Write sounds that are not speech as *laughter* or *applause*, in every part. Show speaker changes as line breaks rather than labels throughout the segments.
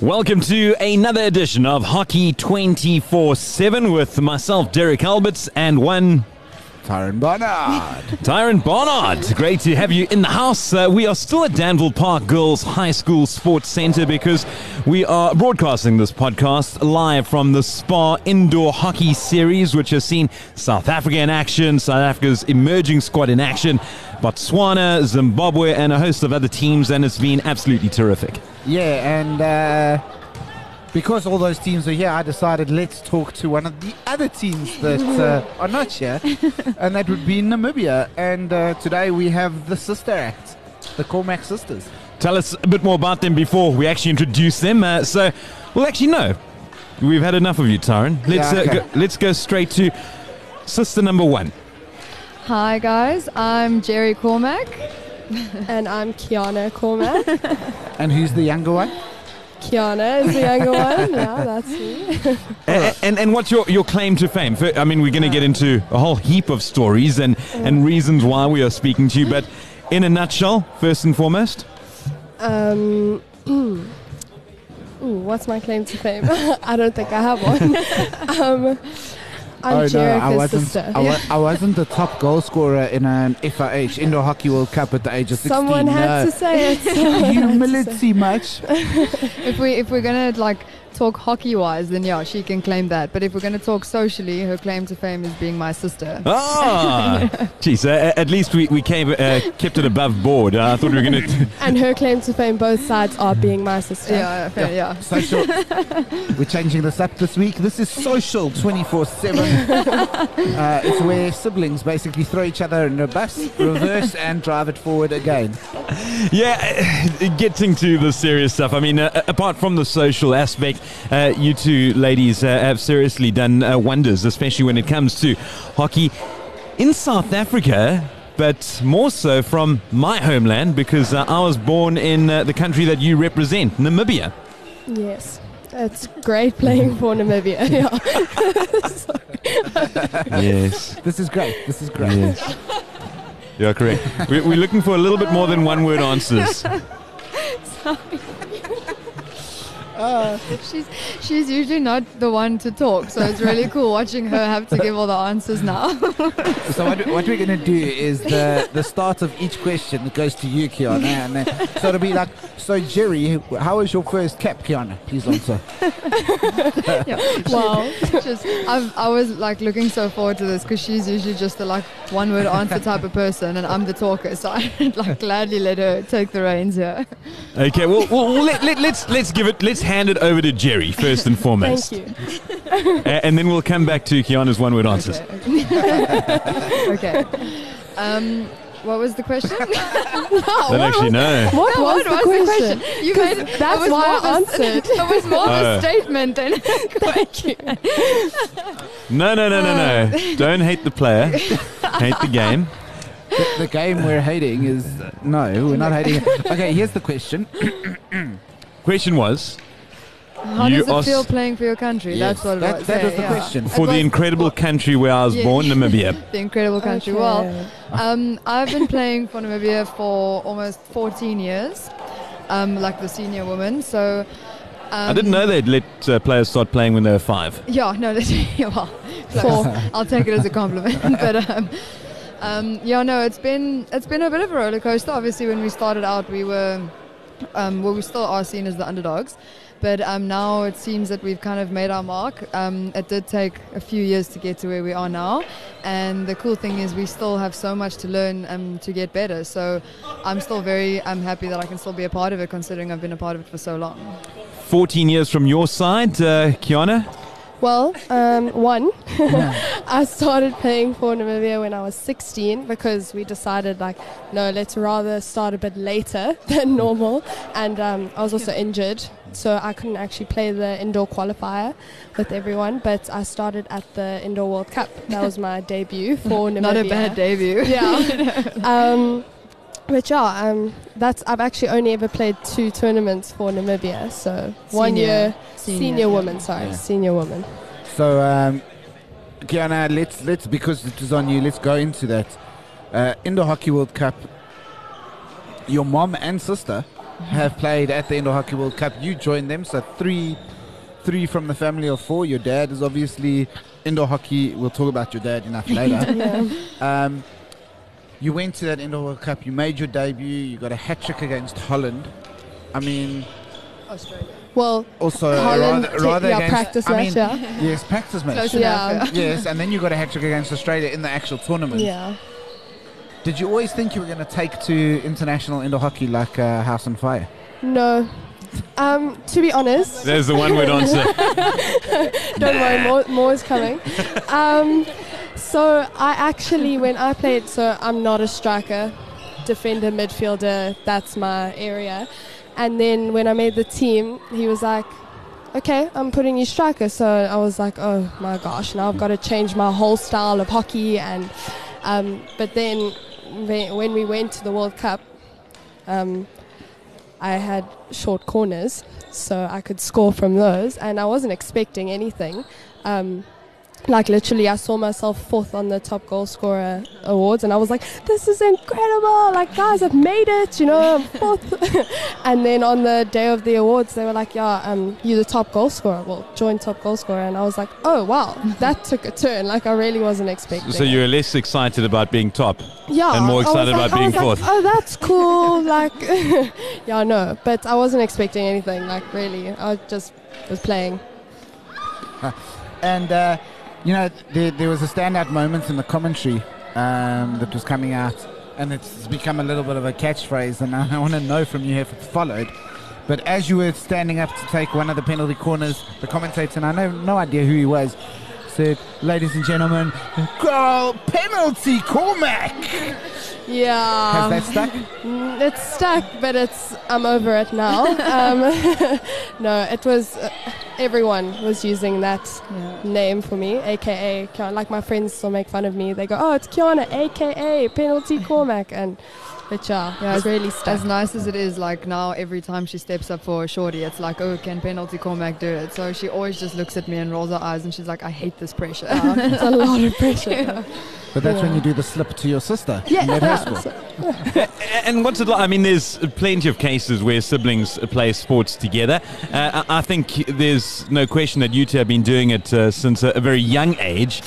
Welcome to another edition of Hockey 24 7 with myself, Derek Alberts, and one
Tyron Barnard.
Tyron Barnard. Great to have you in the house. Uh, we are still at Danville Park Girls High School Sports Centre because we are broadcasting this podcast live from the Spa Indoor Hockey Series, which has seen South Africa in action, South Africa's emerging squad in action, Botswana, Zimbabwe, and a host of other teams, and it's been absolutely terrific.
*laughs* yeah, and uh, because all those teams are here, I decided let's talk to one of the other teams that uh, *laughs* are not here, and that would be Namibia. And uh, today we have the Sister Act, the Cormac Sisters.
Tell us a bit more about them before we actually introduce them. Uh, so, well, actually, no, we've had enough of you, Tyron. Let's
Yeah, okay.
uh, go, let's go straight to sister number one.
Hi guys, I'm Jerry Cormack.
And I'm Kiana Cormack.
*laughs*
And who's the younger one?
Kiana is the younger one. Yeah, that's me.
A- And, and what's your, your claim to fame? Fir- I mean, we're going to get into a whole heap of stories and, and reasons why we are speaking to you, but in a nutshell, first and foremost,
Um, *clears throat* ooh, what's my claim to fame? *laughs* I don't think I have
*laughs*
one. um, I'm
Oh, I
Jericho's
wasn't.
sister.
I, wa- I wasn't the top goal scorer in an FIH Indoor Hockey World Cup at the age of sixteen.
Someone had *laughs*
*laughs*
to say it.
no. humility, much.
If we if we're gonna like talk hockey wise, then yeah, she can claim that. But if we're gonna talk socially, her claim to fame is being my sister.
ah,
*laughs*
jeez, uh, at least we, we came, uh, kept it above board. Uh, I thought we were going
*laughs*
to
and her claim to fame, both sides are being my sister.
Yeah, okay, yeah.
Social. We're changing this up this week. This is social 24
*laughs*
7. uh, it's where siblings basically throw each other in a bus, reverse, and drive it forward again.
Yeah, uh, getting to the serious stuff. I mean, uh, apart from the social aspect, uh, you two ladies uh, have seriously done uh, wonders, especially when it comes to hockey in South Africa, but more so from my homeland because uh, I was born in uh, the country that you represent, Namibia.
Yes. It's great playing for Namibia.
*laughs*
Yeah.
Yes,
This is great. This is great.
you're correct. We're, we're looking for a little bit more than one word answers.
She's she's usually not the one to talk, so it's
*laughs*
really cool watching her have to give all the answers now. *laughs*
So, what, what we're going to do is the, the start of each question that goes to you, Kiana. And then, so, it'll be like, so, Jerry, how was your first cap, Kiana? Please answer.
Wow.
just I've, I was like looking so forward to this because she's usually just the like one word
*laughs*
answer type of person, and I'm the talker, so *laughs* I would like gladly let her take the reins here.
Okay, well, well let, let, let's let's give it. Let's hand it over to Jerry first and foremost.
Thank you.
A- and then we'll come back to Kiana's one word answers.
*laughs*
Okay. Um, what was the question? *laughs*
Don't actually know.
What was the question?
You
'Cause
made it-
that's
it was
why
more
I
of a-
answered.
*laughs* It was more of
Oh.
a statement
*laughs*
than
Thank you.
No, no, no, no, no. Don't hate the
*laughs*
player. hate the game.
The, the game we're hating is. No, we're not hating it. Okay, here's the question.
Question was
how
You
does it
asked-
feel playing for your country? That's what it
that,
was.
that
Yeah,
was the
yeah.
question.
for the
was-
incredible country where I was
Yeah.
born,
*laughs*
Namibia.
The incredible country. Well, um, I've been playing for Namibia for almost 14 years, um, like the senior woman. So. Um,
I didn't know they'd let uh, players start playing when they were five.
Yeah, no, that's, *laughs* yeah, well, close. I'll take it as a compliment. *laughs* but um, um, yeah, no, it's been it's been a bit of a roller coaster. Obviously, when we started out, we were um, well, we still are seen as the underdogs. But um, now it seems that we've kind of made our mark. Um, it did take a few years to get to where we are now, and the cool thing is we still have so much to learn um, to get better. So I'm still very I'm happy that I can still be a part of it, considering I've been a part of it for so long.
14 years from your side, uh, Kiana.
Well, um, one, *laughs* I started playing for Namibia when I was 16 because we decided, like, no, let's rather start a bit later *laughs* than normal. And um, I was also injured, so I couldn't actually play the indoor qualifier with everyone. But I started at the Indoor World Cup. That was my debut for Namibia.
*laughs* Not a bad debut.
Yeah. um, but yeah, um, that's I've actually only ever played two tournaments for Namibia. So one
Senior-
year,
senior,
senior,
yeah.
woman, sorry,
Yeah.
senior woman.
So, um, Kiana, let's let's because it is on you. Let's go into that. Uh, in the Hockey World Cup, your mom and sister
*laughs*
have played at the Indoor Hockey World Cup. You joined them, so three, three from the family of four. Your dad is obviously indoor hockey. We'll talk about your dad
*laughs*
enough later.
Yeah.
um, you went to that Indoor World Cup. You made your debut. You got a hat trick against Holland. I mean,
Australia.
Well,
also
Holland,
Uh, rather, rather
yeah,
against.
practice
I
match,
mean, *laughs*
yeah.
yes, practice match.
Close enough,
Yeah.
yeah.
yes, and then you got a hat trick against Australia in the actual tournament.
Yeah.
Did you always think you were going to take to international indoor hockey like uh, House on Fire?
No. Um, to be honest,
There's the one word
*laughs*
answer.
Don't worry, more, more is coming. Um, so I actually, when I played, so I'm not a striker, defender, midfielder. That's my area. And then when I made the team, he was like, "Okay, I'm putting you striker." So I was like, "Oh my gosh, now I've got to change my whole style of hockey." And um, but then when when we went to the World Cup. Um, I had short corners, so I could score from those, and I wasn't expecting anything. Um, like literally, I saw myself fourth on the top goal scorer awards, and I was like, "This is incredible! Like, guys, I've made it! You know, I'm fourth." *laughs* and then on the day of the awards, they were like, "Yeah, um, you're the top goal scorer. Well, join top goal scorer." And I was like, "Oh wow, that took a turn! Like, I really wasn't expecting."
So
it."
you're less excited about being top.
yeah,
and more
I was
excited
like-
about
I
being
was like,
fourth.
oh, that's cool. like, *laughs* yeah, no, but I wasn't expecting anything. Like, really, I just was playing.
And uh, you know, there, there was a standout moment in the commentary um, that was coming out, and it's become a little bit of a catchphrase. And *laughs* I, I want to know from you if it's followed. But as you were standing up to take one of the penalty corners, the commentator, and I know no idea who he was, said, "Ladies and gentlemen, goal penalty, Cormac." Has
Yeah,
that Um, stuck?
Mm, it's stuck, but it's I'm over
*laughs*
it now. um, *laughs* no, it was uh, everyone was using that
Yeah.
name for me, aka Kiana. Like my friends still make fun of me. They go, "Oh, it's Kiana, aka Penalty Cormac," and but yeah,
Yeah,
it's
as-
really
As
stuck.
nice as it is, like now every time she steps up for a shorty, it's like, oh, can penalty Cormac do it? So she always just looks at me and rolls her eyes and she's like, I hate this pressure.
Ah,
*laughs*
it's a lot of pressure. yeah.
But that's when
Yeah.
you do the slip to your sister.
Yeah,
in that *laughs* high school.
so-
And what's it like? I mean, there's plenty of cases where siblings play sports together. Uh, I I think there's no question that you two have been doing it uh, since a, a very young
*laughs*
age.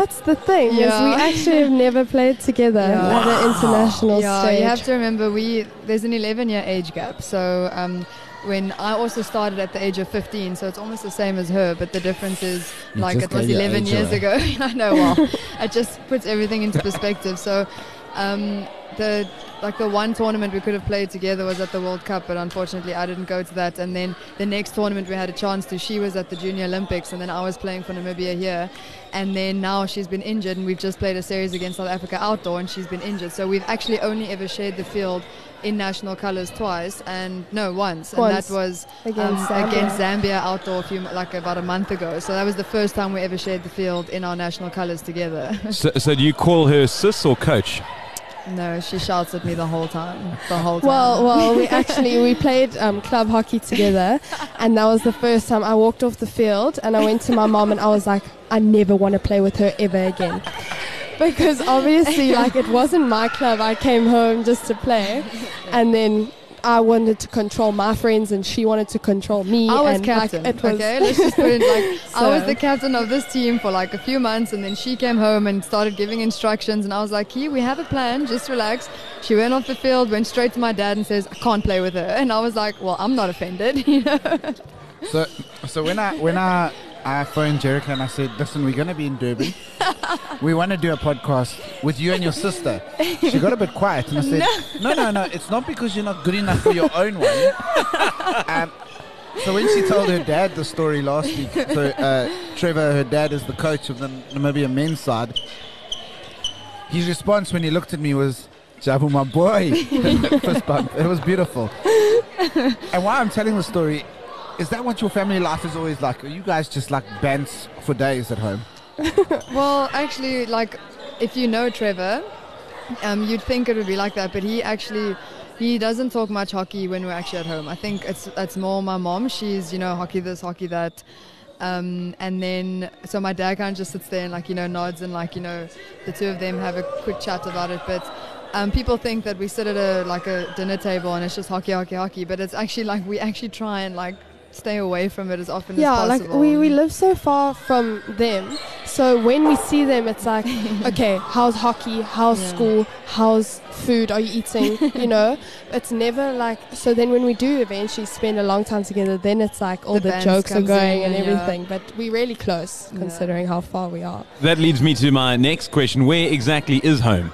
That's the thing is we
Yeah.
actually have never played together
Yeah.
at an international
yeah,
stage.
you have to remember we there's an 11 year age gap. So um, when I also started at the age of 15, so it's almost the same as her, but the difference is
You
like
just
it was
gave your
11
age
years
away.
ago. *laughs* I know.
*laughs*
Well, it just puts everything into perspective. So um, the like the one tournament we could have played together was at the World Cup, but unfortunately I didn't go to that. And then the next tournament we had a chance to, she was at the Junior Olympics, and then I was playing for Namibia here. And then now she's been injured, and we've just played a series against South Africa outdoor, and she's been injured. So we've actually only ever shared the field in national colours twice, and no once,
Once.
and that was
Against
um, against
Zambia.
Zambia outdoor a few, mo- like about a month ago. So that was the first time we ever shared the field in our national colours together. *laughs*
So, so do you call her sis or coach?
no, she shouts at me the whole time. The whole time.
Well, well, we actually we played um, club hockey
*laughs*
together, and that was the first time I walked off the field and I went to my mom and I was like, I never want to play with her ever again, because
*laughs*
obviously like it wasn't my club. I came home just to play, and then. I wanted to control my friends, and she wanted to control me.
I was
and, like,
captain.
it was
okay, let's just put it like *laughs* I was
So-
the captain of this team for like a few months, and then she came home and started giving instructions, and I was like, "Key, we have a plan. Just relax." She went off the field, went straight to my dad, and says, "I can't play with her." And I was like, "Well, I'm not offended." *laughs* You know?
So, so when I when I I phoned Jericho and I said, "Listen, we're going to be in Durban. we want to do a podcast with you and your sister." She got a bit quiet and I said, "No, no, no. It's not because you're not good enough for your own one." um, so when she told her dad the story last week, so uh, Trevor, her dad is the coach of the Namibian men's side. His response when he looked at me was, "Jabu, my boy," *laughs* fist bump. It was beautiful. And why I'm telling the story is that what your family life is always like? Are you guys just like bants for days at
*laughs*
home?
Well, actually, like if you know Trevor, um, you'd think it would be like that, but he actually he doesn't talk much hockey when we're actually at home. I think it's it's more my mom. She's you know hockey this, hockey that. Um, and then, so my dad kind of just sits there and like you know nods and like you know the two of them have a quick chat about it. But Um, people think that we sit at a like a dinner table and it's just hockey, hockey, hockey, but it's actually like we actually try and like stay away from it as often
yeah,
as
like
possible.
we, we live so far from them. So when we see them, it's
*laughs*
like, okay, how's hockey? How's
Yeah.
school? How's food? Are you eating?
*laughs*
you know, it's never like. So then when we do eventually spend a long time together, then it's like all
The
the,
bands
jokes are
comes
going
in,
and
yeah.
everything. But we're really close
Yeah.
considering how far we are.
That leads me to my next question. Where exactly is home?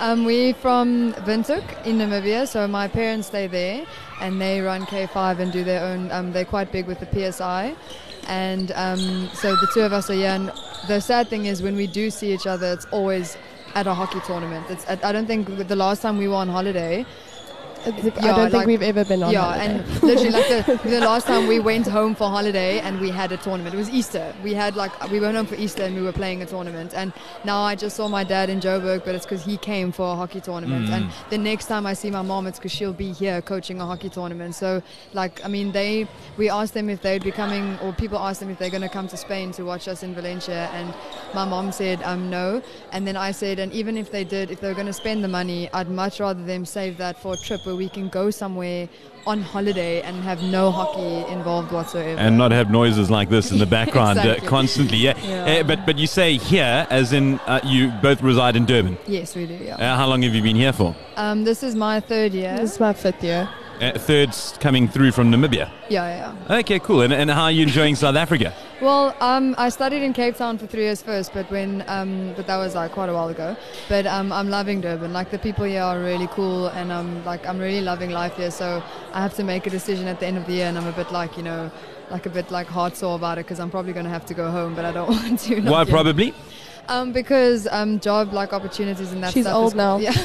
Um, we're from Windhoek in Namibia, so my parents stay there, and they run K5 and do their own. Um, they're quite big with the PSI, and um, so the two of us are here. And the sad thing is, when we do see each other, it's always at a hockey tournament. It's, I I don't think the last time we were on holiday,
I
Uh, yeah,
don't think
like-
we've ever been on.
yeah,
holiday.
and literally like the, the last time we went home for holiday and we had a tournament. It was Easter. We had like we went home for Easter and we were playing a tournament. And now I just saw my dad in Joburg, but it's because he came for a hockey tournament. And the next time I see my mom, it's because she'll be here coaching a hockey tournament. So like I mean, they we asked them if they'd be coming, or people asked them if they're going to come to Spain to watch us in Valencia, and my mom said um no, and then I said, and even if they did, if they were going to spend the money, I'd much rather them save that for a trip where we can go somewhere on holiday and have no hockey involved whatsoever.
And not have noises like this
*laughs*
in the background uh,
Exactly.
constantly. Yeah.
Yeah.
Uh, but but you say here, as in uh, you both reside in Durban.
yes, we do. Yeah.
Uh, how long have you been here for?
Um, this is my third year.
this is my fifth year.
Uh, third's coming through from Namibia.
Yeah, yeah. yeah.
Okay, cool. And, and how are you enjoying South Africa?
Well, um, I studied in Cape Town for three years first, but when, um, but that was like quite a while ago. But um, I'm loving Durban. Like the people here are really cool, and I'm like I'm really loving life here. So I have to make a decision at the end of the year, and I'm a bit like you know, like a bit like heart sore about it because I'm probably going to have to go home, but I don't *laughs* want to. not
Why,
yet.
probably?
Um, because um, job like opportunities and that.
She's
stuff
old
is,
now.
Yeah,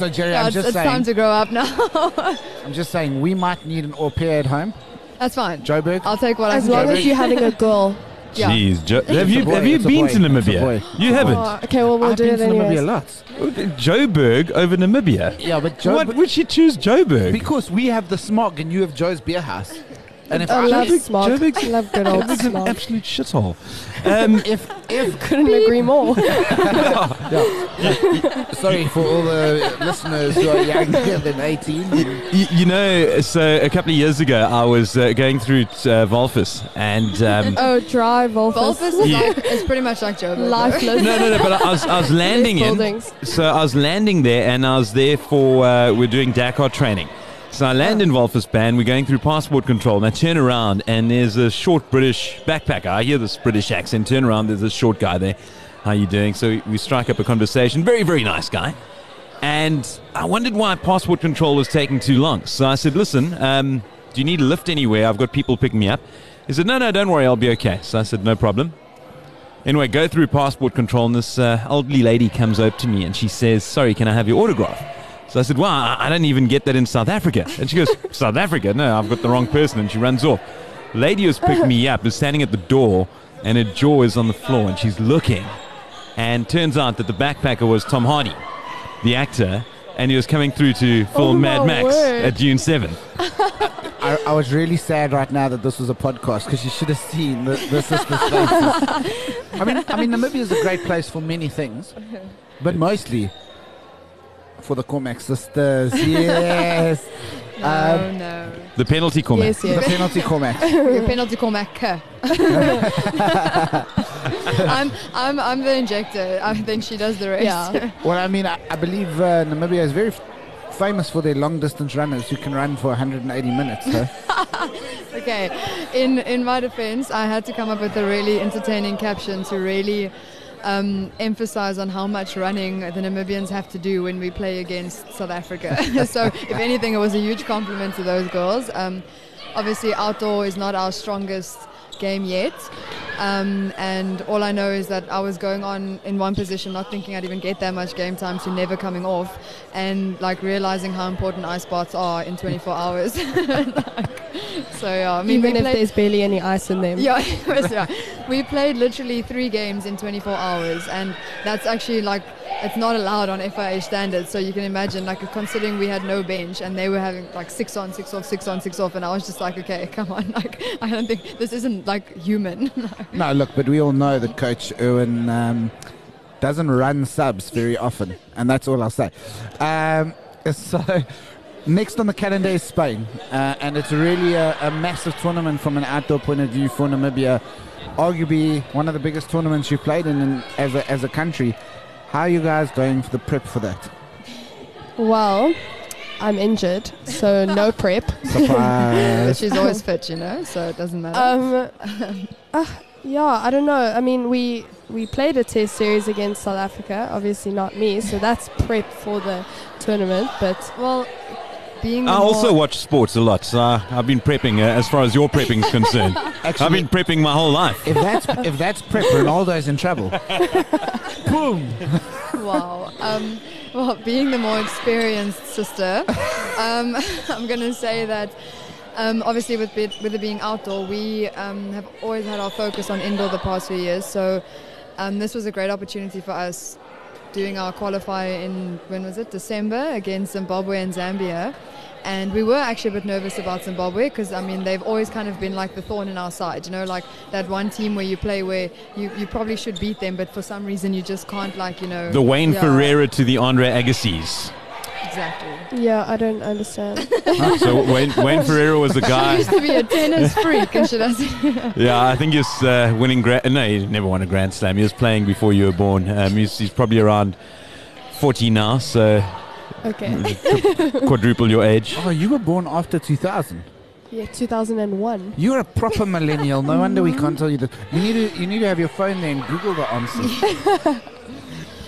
So, Jerry, I'm
*laughs* it's,
just
it's time
saying.
to grow up now. *laughs*
I'm just saying we might need an au pair at home.
That's fine.
Joburg.
I'll take what I
As
can
long
get.
as you're having a
*laughs*
girl.
Yeah.
Jeez, Jo- have
a
you
boy,
have you
it's a
been
boy,
to
it's a
Namibia?
boy.
You haven't.
Oh, okay, well we'll
I've
do
been
it
to Namibia a
anyway.
lot.
Joburg over Namibia.
Yeah, but
Why
Joburg.
would she choose Joburg?
Because we have the smog and you have Joe's beer house. And if
I
I,
love
Joburg-
smog.
Joburg's-
love good old
Joburg's an
smog.
absolute shithole. Um,
if if
Couldn't agree more.
sorry for all the listeners who are younger than 18.
Y- You know, so a couple of years ago, I was uh, going through uh, Volfus, and
*laughs*
um,
*laughs* Oh, dry Volfus.
Bulbous is
Yeah.
like, it's pretty much like Joburg.
no,
*laughs* Lifeless.
no, no. But I was, I was landing in.
buildings.
So I was landing there, and I was there for uh, we're doing Dakar training. So I land in Volfus Ban. We're going through passport control, and I turn around, and there's a short British backpacker. I hear this British accent. Turn around, there's a short guy there. How you doing? So we strike up a conversation. Very, very nice guy. And I wondered why passport control was taking too long. So I said, listen, um, do you need a lift anywhere? I've got people picking me up. He said, no, no, don't worry, I'll be okay. So I said, no problem. Anyway, go through passport control, and this uh, elderly lady comes up to me and she says, sorry, can I have your autograph? So I said, wow, I I don't even get that in South Africa. And
*laughs*
she goes, South Africa? No, I've got the wrong person. And she runs off. Lady who's picked me up is standing at the door, and her jaw is on the floor, and she's looking. And turns out that the backpacker was Tom Hardy the actor, and he was coming through to film
Oh,
Mad
my
Max
word.
at June 7.
I, I was really sad right now that this was a podcast because you should have seen the, the sister's faces. I mean, I mean, Namibia is a great place for many things, but mostly for the Cormac sisters. *laughs* Yes, Um,
No, no.
The penalty corner.
Yes,
the
yes.
penalty Cormac.
Your penalty cormac. I'm, I'm, I'm the injector. I, then she does the rest.
Yeah.
Well, I mean, I, I believe uh, Namibia is very f- famous for their long distance runners who can run for 180 minutes. So.
*laughs* Okay. In in my defense, I had to come up with a really entertaining caption to really um, emphasize on how much running the Namibians have to do when we play against South Africa. *laughs* so, if anything, it was a huge compliment to those girls. Um, obviously, outdoor is not our strongest game yet. Um, and all I know is that I was going on in one position, not thinking I'd even get that much game time, to never coming off, and like realizing how important ice baths are in 24 hours. *laughs* so yeah, I mean,
Even
we
if
played-
there's barely any ice in them.
yeah, *laughs* it was, yeah. we played literally three games in 24 hours, and that's actually like it's not allowed on FIA standards. So you can imagine, like considering we had no bench and they were having like six on, six off, six on, six off, and I was just like, okay, *laughs* come on, like I don't think this isn't like human. *laughs*
No, look, but we all know that Coach Irwin um, doesn't run subs very often, and that's all I'll say. Um, *laughs* so, next on the calendar is Spain, uh, and it's really a, a massive tournament from an outdoor point of view for Namibia. Arguably one of the biggest tournaments you've played in, in as, a, as a country. How are you guys going for the prep for that?
Well, I'm injured, so no
*laughs*
prep.
But
Surprise!
*laughs* she's always fit, you know, so it doesn't matter.
Um, uh, yeah, I don't know. I mean, we we played a test series against South Africa. Obviously, not me, so that's prep for the tournament. But
well, being
I
the
also
more-
watch sports a lot. So I- I've been prepping uh, as far as your prepping is concerned.
Actually,
I've been prepping my whole life.
if that's if that's prep, Ronaldo's in trouble. Boom!
*laughs* wow. Um, well, being the more experienced sister, um, *laughs* I'm going to say that um, obviously with it, with it being outdoor, we um, have always had our focus on indoor the past few years. So um, this was a great opportunity for us doing our qualify in when was it December against Zimbabwe and Zambia. And we were actually a bit nervous about Zimbabwe because I mean they've always kind of been like the thorn in our side, you know, like that one team where you play where you, you probably should beat them, but for some reason you just can't like you know
The Wayne
Yeah,
Ferreira to the Andre Agassiz.
exactly.
yeah, I don't
*laughs*
understand.
So Wayne, Wayne Ferreira was the guy.
Used to be a *laughs* tennis freak, and should I say?
Yeah, I think he's uh, winning. Gra- no, he never won a Grand Slam. He was playing before you were born. Um, he's, he's probably around 40 now, so
Okay,
quadruple your age.
Oh, you were born after 2000.
yeah, 2001.
You're a proper millennial. No wonder we can't tell you that. You need to, you need to have your phone there and Google the *laughs* answers.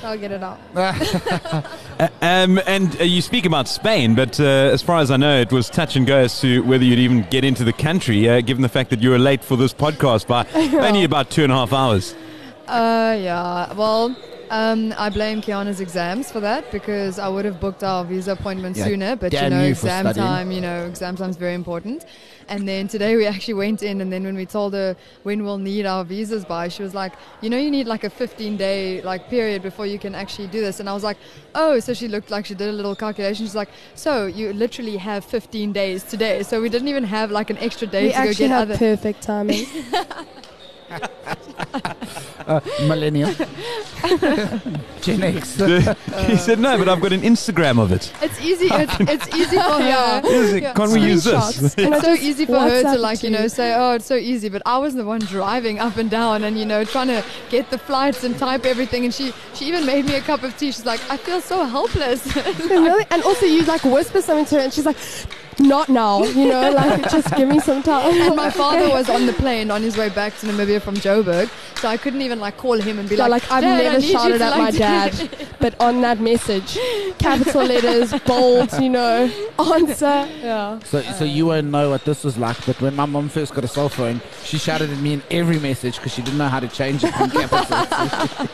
I'll get it out.
Uh, um, and uh, you speak about Spain, but uh, as far as I know, it was touch and go as to whether you'd even get into the country, uh, given the fact that you were late for this podcast by only about two and a half hours. *laughs*
Uh, yeah. Well, um, I blame Kiana's exams for that because I would have booked our visa appointment
Yeah,
sooner. But you
damn
know,
you for
exam
studying.
time. You know, exam time's very important. And then today we actually went in, and then when we told her when we'll need our visas by, she was like, "You know, you need like a 15-day like period before you can actually do this." And I was like, "Oh." So she looked like she did a little calculation. She's like, "So you literally have 15 days today." So we didn't even have like an extra day
We
to go
actually
get
have
other.
perfect
*laughs*
timing.
Uh, *laughs* millennial. Gen X.
he said, no, but I've got an Instagram of it.
It's easy. It's, it's
*laughs*
easy for her.
Is it- Can't we use this? *laughs*
Screenshots. Can I
It's so
just
easy for her
WhatsApp
to like, you know, say, oh, it's so easy. But I was the one driving up and down and, you know, trying to get the flights and type everything. And she, she even made me a cup of tea. She's like, I feel so helpless. *laughs*
Really? And also, you like whisper something to her, and she's like, "Not now," you know, *laughs* like just give me some time.
and my
*laughs*
father was on the plane on his way back to Namibia from Joburg. So I couldn't even like call him and be
Yeah,
like,
like, I've
"Dad, I
never
need you
shouted
to,
at
like,
my dad, but on that message, capital letters, bold, you know, answer. Yeah.
So, so you won't know what this was like, but when my mom first got a cell phone, she shouted at me in every message because she didn't know how to change it from capital.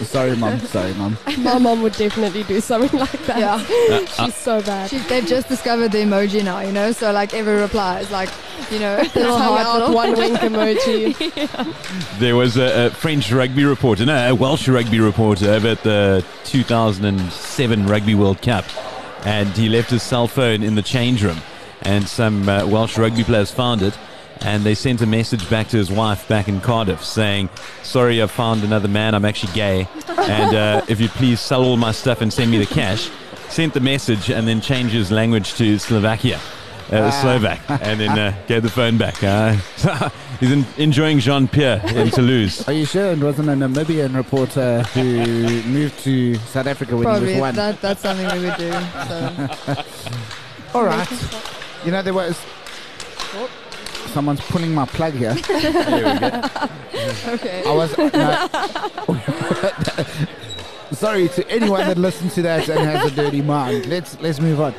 *laughs* sorry, mom. Sorry, mom.
My mom would definitely do something like that.
*laughs* Yeah.
*laughs* She's so bad.
She, they've just discovered the emoji now, you know? So like every reply is like, you know, *laughs*
little heart with one wink emoji.
There was a, a French rugby reporter, no, a Welsh rugby reporter over at the 2007 Rugby World Cup, and he left his cell phone in the change room, and some uh, Welsh rugby players found it, and they sent a message back to his wife back in Cardiff saying, "Sorry, I found another man. I'm actually gay, and uh, if you'd please sell all my stuff and send me the cash." Sent the message and then changed his language to Slovakia. Uh, Slovak, and then uh, gave the phone back. Uh, *laughs* he's en enjoying Jean Pierre in Toulouse.
Are you sure it wasn't a Namibian reporter who moved to South Africa when he
Probably
was one?
that, that's something we would do. So.
All right. You know, there was.
Oh.
Someone's pulling my plug here.
Okay.
I was. No.
*laughs*
Sorry to anyone that listens to that and has a dirty mind. Let's let's move on.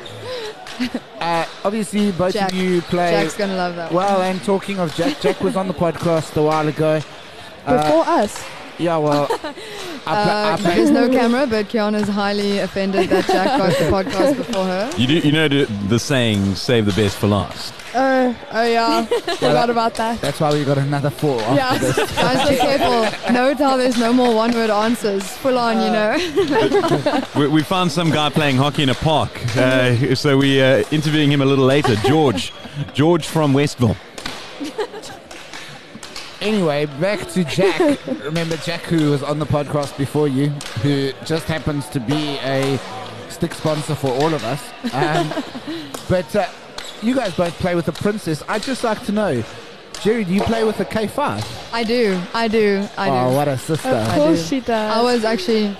Uh, obviously, both
Jack.
of you play
Jack's gonna love that. one.
well. And talking of Jack, Jack was on the podcast a while ago. Uh,
Before us.
yeah, well, I, pla- I
Uh,
play-
there's no camera, but Kiana's highly offended that Jack
*laughs*
got the podcast before her.
You do, you know the, the saying "save the best for last."
Oh, oh
*laughs*
yeah. Forgot about
*laughs*
that.
That's why we got another four. after
Yeah.
this.
Guys, be careful. Note how there's no more one-word answers. Full on,
Uh.
you know.
We, we found some guy playing hockey in a park, uh, so we uh, interviewing him a little later. George, George from Westville.
Anyway, back to
*laughs*
Jack. Remember Jack, who was on the podcast before you, who just happens to be a stick sponsor for all of us. Um,
*laughs*
but uh, you guys both play with a princess. I'd just like to know, Jerry, do you play with a K5?
I do. I do. I
oh,
do.
what a
Of
sister.
course
do.
she does.
I was actually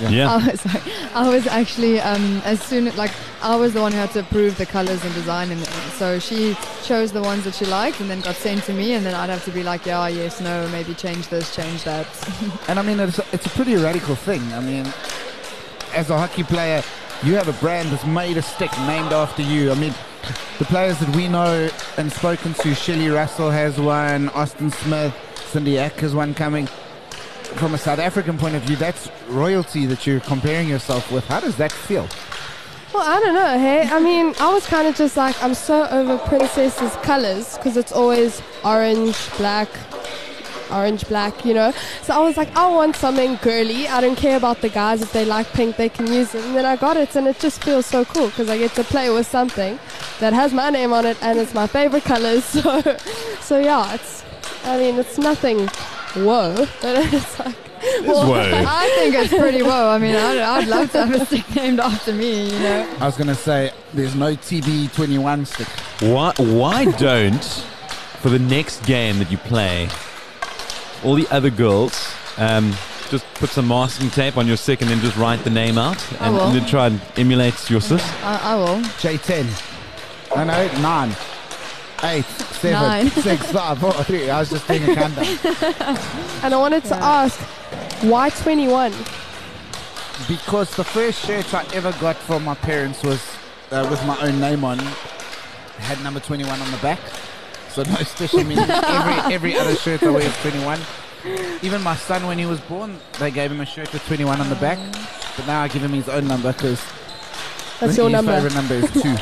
Yeah.
I was *laughs* like, I was actually um, as soon like I was the one who had to approve the colors and design, and so she chose the ones that she liked, and then got sent to me, and then I'd have to be like, yeah, yes, no, maybe change this, change that.
And I mean, it's, it's a pretty radical thing. I mean, as a hockey player, you have a brand that's made a stick named after you. I mean, the players that we know and spoken to, Shelley Russell has one, Austin Smith, Cindy Eck has one coming. From a South African point of view, that's royalty that you're comparing yourself with. How does that feel?
Well, I don't know, hey. I mean, I was kind of just like, I'm so over Princess's colors because it's always orange, black, orange, black, you know. So I was like, I want something girly. I don't care about the guys. If they like pink, they can use it. And then I got it, and it just feels so cool because I get to play with something that has my name on it and it's my favorite colors. *laughs* So, so yeah, it's, I mean, it's nothing, whoa, but it's like, well,
Whoa.
I think it's pretty well. I mean, I'd, I'd love to have a stick named after me, you know.
I was going to say, there's no TB21 stick.
Why, why don't, for the next game that you play, all the other girls um, just put some masking tape on your stick and then just write the name out and,
will.
and then try and emulate your sis?
I, I will.
J10. Oh, No, no, 9. 8, 7,
Nine.
6, 5, 4, 3. I was just doing a countdown.
and I wanted to
Yeah.
ask, why 21?
Because the first shirt I ever got from my parents was uh, with my own name on, had number 21 on the back. So no special meaning. every, every other shirt I wear is 21. Even my son, when he was born, they gave him a shirt with 21 on the back. But now I give him his own number because
That's
his
your number.
favorite number is
*laughs*
2.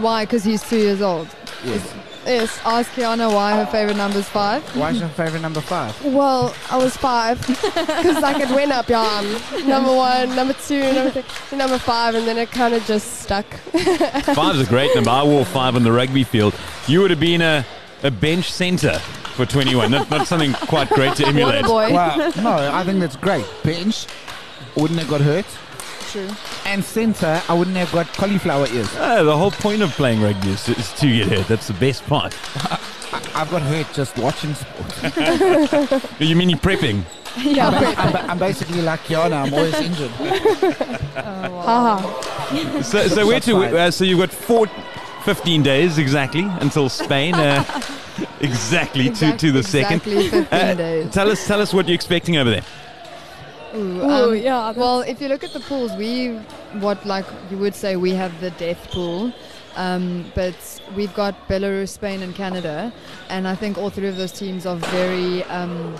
Why? Because he's two years old.
yes.
Yes.
Ask Kiana why her favorite number's five.
Why is your favorite number
*laughs*
5?
Well, I was five *laughs* because like it went up, yeah. um, Number one, number two, number three, then number five, and then it kind of just stuck.
Five's a great number. I wore five on the rugby field. You would have been a, a bench centre for 21. Not, not something quite great to
What
emulate.
a boy.
Well, no, I think that's great. Bench, wouldn't have got hurt.
True.
And center, I wouldn't have got cauliflower ears.
Ah, the whole point of playing rugby is, is to get hurt. That's the best part.
I've got hurt just watching sports.
You mean you're prepping?
Yeah.
I'm, I'm- I'm basically like Kiana, I'm always injured.
Oh, wow.
Haha.
So, so where to?
Shot fired.
Uh, so you've got four, 15 days exactly until Spain. Uh, *laughs* exactly,
Exact-
to to the second.
Exactly 15
Uh,
days.
tell us, tell us what you're expecting over there.
Ooh,
Oh
um,
yeah. Well,
Well, if you look at the pools, we what like you would say we have the death pool, um, but we've got Belarus, Spain, and Canada, and I think all three of those teams are very um,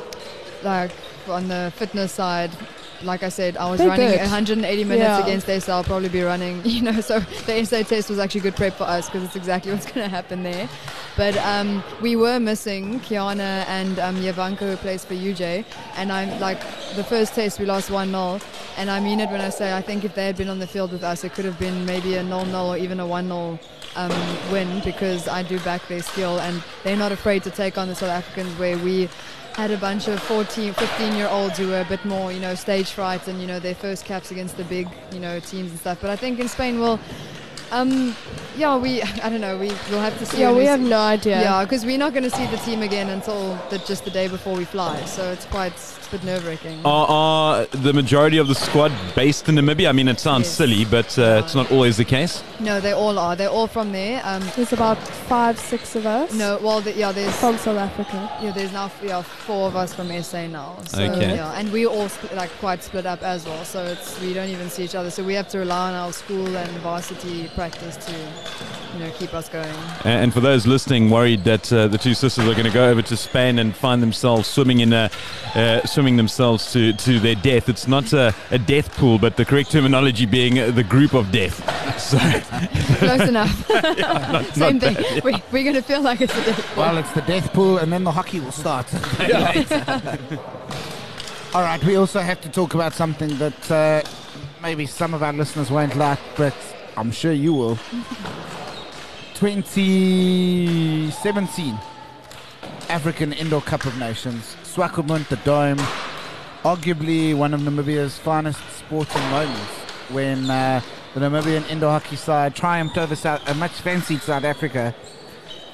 like on the fitness side. Like I said, I was
They're
running
good.
180 minutes
Yeah.
against SA. I'll probably be running, *laughs* you know. So the SA test was actually good prep for us because it's exactly what's going to happen there. But um, we were missing Kiana and um, Yavanka, who plays for UJ. And I'm like, the first test we lost 1 0. And I mean it when I say, I think if they had been on the field with us, it could have been maybe a 0 0 or even a 1 0 um, win because I do back their skill. And they're not afraid to take on the South Africans where we had a bunch of 14, 15 year olds who were a bit more, you know, stage fright and, you know, their first caps against the big, you know, teams and stuff. But I think in Spain, well, um, yeah, we, *laughs* I don't know, we, we'll have to see.
yeah,
when
we
see-
have no idea.
yeah, because we're not going to see the team again until the, just the day before we fly, so it's quite it's a bit nerve wracking.
Are, are the majority of the squad based in Namibia? I mean, it sounds
Yes.
silly, but uh, it's not always the case.
No, they all are. They're all from there. Um,
There's about five, six of us.
no, well, the, yeah, there's
From South Africa.
yeah, there's now yeah, four of us from SA now. So,
Okay.
Yeah, and we're all split, like quite split up as well, so it's we don't even see each other. So we have to rely on our school and varsity practice to, you know, keep us going.
A- And for those listening, worried that uh, the two sisters are going to go over to Spain and find themselves swimming in a, uh, swimming themselves to, to their death. It's not a, a death pool, but the correct terminology being uh, the group of death. *laughs* So
Close enough. Same thing. We, we're going to feel like it's a different.
Well, it's the death pool, and then the hockey will start. *laughs* All right, we also have to talk about something that uh, maybe some of our listeners won't like, but I'm sure you will. 2017 African Indoor Cup of Nations. Swakopmund, the Dome, arguably one of Namibia's finest sporting moments when uh, the Namibian indoor hockey side triumphed over South, a much fancied South Africa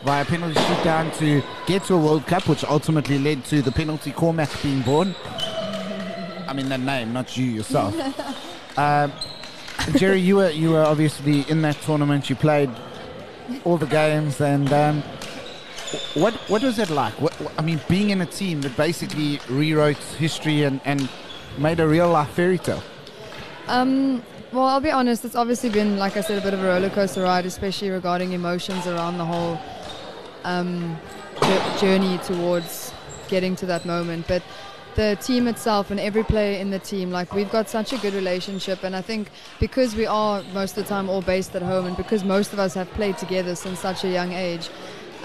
via penalty shootdown to get to a World Cup, which ultimately led to the penalty Cormac being born. I mean, that name, not you
*laughs*
yourself. um, Jerry, you were you were obviously in that tournament. You played all the games, and um, what what was it like? What, what- I mean, being in a team that basically rewrote history and, and made a real life fairy tale.
Um, well, I'll be honest. It's obviously been, like I said, a bit of a roller coaster ride, especially regarding emotions around the whole um, jour- journey towards getting to that moment. But the team itself and every player in the team, like we've got such a good relationship, and I think because we are most of the time all based at home, and because most of us have played together since such a young age.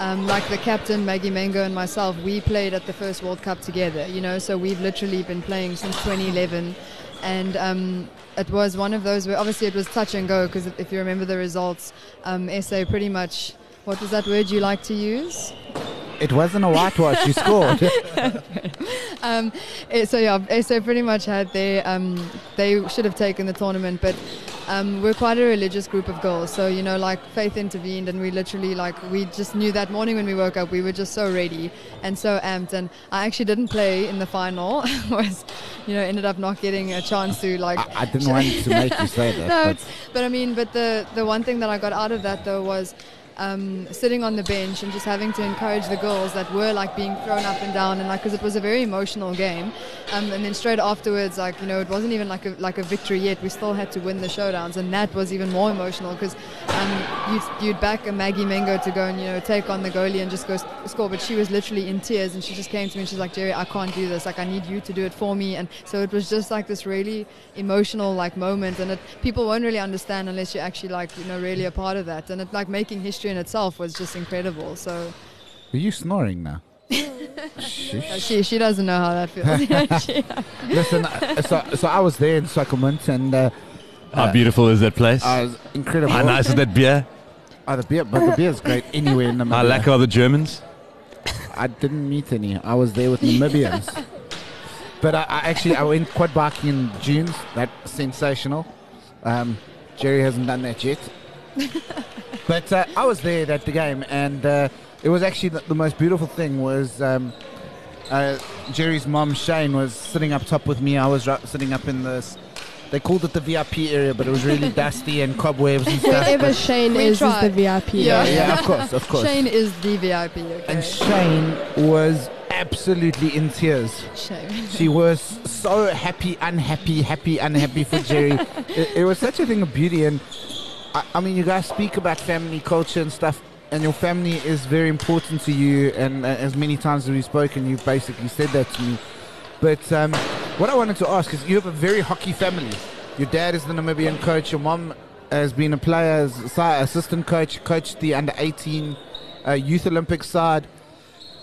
Um, like the captain Maggie Mango and myself, we played at the first World Cup together. You know, so we've literally been playing since 2011, and um, it was one of those where obviously it was touch and go because if you remember the results, um, SA pretty much. What was that word you like to use?
It wasn't a whitewash. you
*laughs*
scored.
Um, eh, so yeah, SA pretty much had their. Um, they should have taken the tournament, but um, we're quite a religious group of girls. So you know, like faith intervened, and we literally like we just knew that morning when we woke up, we were just so ready and so amped. And I actually didn't play in the final. *laughs* was you know ended up not getting a chance to like.
I, I didn't want to make you say that.
no,
but-
it's, but I mean, but the the one thing that I got out of that though was um, sitting on the bench and just having to encourage the girls that were like being thrown up and down and like because it was a very emotional game, um, and then straight afterwards, like you know, it wasn't even like a like a victory yet. We still had to win the showdowns, and that was even more emotional because um, you'd, you'd back a Maggie Mango to go and you know take on the goalie and just go s- score, but she was literally in tears and she just came to me and she's like, Jerry, I can't do this. Like I need you to do it for me. And so it was just like this really emotional like moment, and it people won't really understand unless you're actually like you know really a part of that. And it like making history in itself was just incredible. So
Are you snoring
*laughs*
now?
uh,
Sheesh.
she she doesn't know how
*laughs*
that feels. She-
Listen, uh, so, so I was there in Swakopmund and uh,
How beautiful is that place?
I was incredible.
How Ah, nice is that beer?
Oh, the beer, but the beer's great anywhere in Namibia.
How Ah, lack are the Germans?
I didn't meet any. I was there with Namibians. but I, I actually I went quad biking in June. That's sensational. Um, Jerry hasn't done that yet. but uh, I was there at the game, and uh, it was actually the, the most beautiful thing was um, uh, Jerry's mom Shane was sitting up top with me. I was ri- sitting up in this. They called it the VIP area, but it was really dusty and cobwebs and stuff.
Wherever
but-
Shane
We
is, is the
tried.
VIP.
Yeah.
area.
yeah, of course, of course.
Shane is the VIP. Okay?
And Shane was absolutely in tears.
Shane. *laughs*
She was so happy, unhappy, happy, unhappy for Jerry. it, it was such a thing of beauty. And I, I mean, you guys speak about family culture and stuff, and your family is very important to you. And uh, as many times as we've spoken, you've basically said that to me. But um, what I wanted to ask is you have a very hockey family. Your dad is the Namibian coach, your mom has been a player, as a si- assistant coach, coached the under 18 uh, youth Olympic side.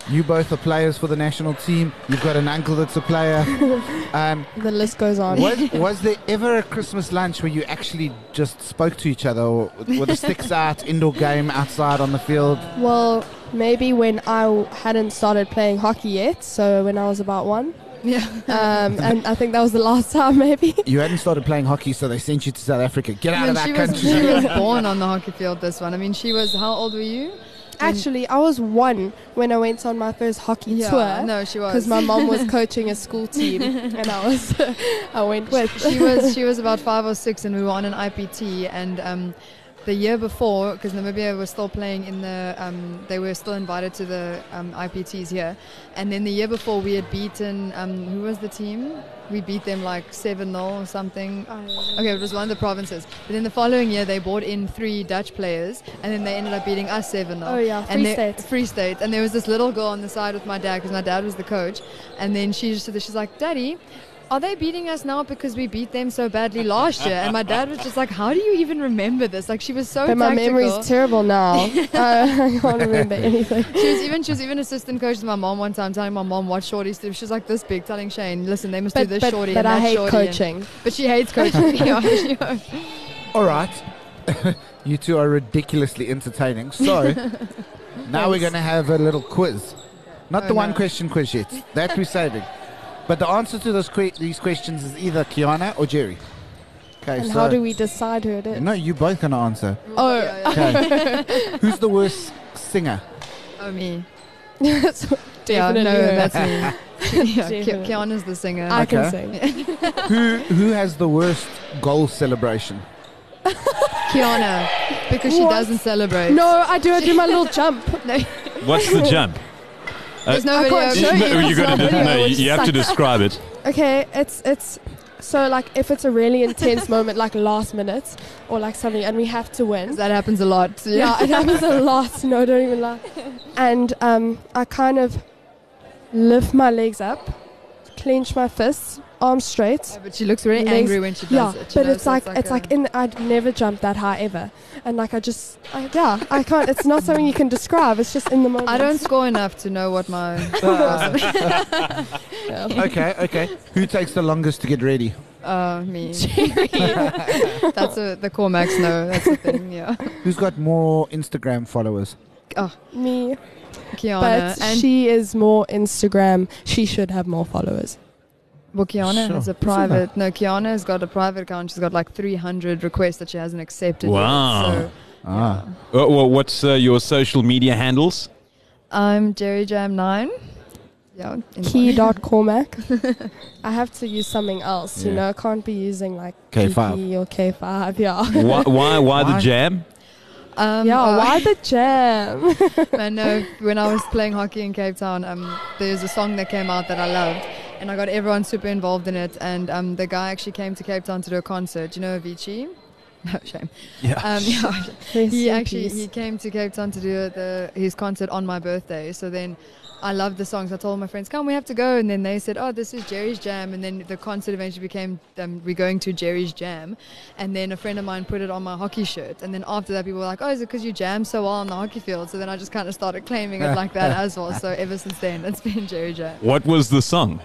You both are players for the national team. You've got an uncle that's a
*laughs*
player. Um,
The list goes on.
was, was there ever a Christmas lunch where you actually just spoke to each other or with the
*laughs*
sticks out, indoor game, outside on the field?
Well, maybe when I w- hadn't started playing hockey yet, so when I was about
*laughs*
one,
Yeah.
um, and I think that was the last *laughs* time, maybe.
You hadn't started playing hockey, so they sent you to South Africa. Get out
I mean,
of that
she was,
country.
she was born on the hockey field. This one. I mean, she was. How old were you?
Actually, I was one when I went on my first hockey tour
No, she was.
because my mom
*laughs*
was coaching a school team, and I was *laughs* I went with. *laughs*
she was she was about five or six, and we were on an IPT. And um, the year before, because Namibia was still playing in the, um, they were still invited to the um, IPTs here. And then the year before, we had beaten um, who was the team? We beat them like seven 0 or something.
Oh,
Okay, it was one of the provinces. But then the following year, they brought in three Dutch players, and then they ended up beating us seven 0
Oh yeah, Free
and there-
State.
Free State. And there was this little girl on the side with my dad because my dad was the coach. And then she just said, this, she's like, Daddy, are they beating us now because we beat them so badly last year? And my dad was just like, How do you even remember this? Like she was so
But my
Oh, tactical.
memory's terrible
*laughs*
now. Uh, I, I can't remember anything.
she was even she was even assistant coach to my mom one time, telling my mom what shorties do. She was like this big, telling Shane, Listen, they must
But,
do this
but,
shorty
but
and
I
that
hate
shorty. and-
coaching.
but she hates coaching. *laughs* Yeah, she-
All right. *laughs* you
*laughs*
two are ridiculously entertaining. So now we're going to have a little quiz. Not
Oh,
the one
no.
question quiz yet. That we're saving. But the answer to those que- these questions is either Kiana or Jerry. Okay,
And
so
how do we decide who it is?
No, you both gonna *laughs* answer.
Oh.
yeah, yeah.
Okay. Who's the worst singer?
oh me.
So Definitely.
yeah,
her.
no,
*laughs*
that's me. yeah, Ki-
Definitely.
Kiana's the singer.
I can
Okay.
sing.
Who who has the worst goal celebration?
Kiana, because she
What?
doesn't celebrate.
No, I do. I do my little jump.
no
What's
*laughs*
the jump?
there's no
I
video.
can't
of
show
it.
you.
you gotta
It's
de-
not
no,
video,
you- you have to
it's
describe it.
Okay, it's it's so like if it's a really
*laughs*
intense moment, like last minute or like something, and we have to win.
That happens a lot.
*laughs* Yeah, it happens a lot. No, don't even lie. And um, I kind of lift my legs up, clench my fists, arms straight.
Oh, but she looks very
Legs-
angry when she
Yeah,
does it. She
but
knows
it's like it's
a-
like in. I'd never jumped that high ever, and like I just I, yeah I can't. It's not something you can describe. It's just in the moment.
I don't *laughs* score enough to know what my.
*laughs* Okay, okay. Who takes the longest to get ready?
Uh, me.
*laughs*
That's a, the Cormacs know. That's the thing.
*laughs*
Yeah. Oh,
Who's got more Instagram followers?
me.
Kiana
But
Oh, and
she is more Instagram. She should have more followers.
well, Kiana has
Sure.
a private. No, Kiana has got a private account. She's got like 300 requests that she hasn't accepted.
Wow.
Yet, so
Ah.
Uh, well, what's uh, your social media handles?
I'm Jerry Jam Nine. Yeah. in-
Key dot
*laughs*
Cormac. I have to use something else, you
Yeah.
know. I can't be using like
K5.
PP or K5. Yeah.
Why, why, why the
Why?
jam?
*laughs*
Um,
yeah,
oh,
why the jam?
I know when I was playing hockey in Cape Town, um, there's a song that came out that I loved, and I got everyone super involved in it. And um, the guy actually came to Cape Town to do a concert. You know Avicii? *laughs* No shame. Um, *laughs* yeah, *laughs* he actually he came to Cape Town to do the, his concert on my birthday. So then. I loved the songs. I told my friends, "Come, we have to go." And then they said, "Oh, this is Jerry's Jam." And then the concert eventually became, um, "We're going to Jerry's Jam." And then a friend of mine put it on my hockey shirt. And then after that, people were like, "Oh, is it because you jam so well on the hockey field?" So then I just kind of started claiming it like that as well. So ever since then, it's been Jerry Jam.
What was the song?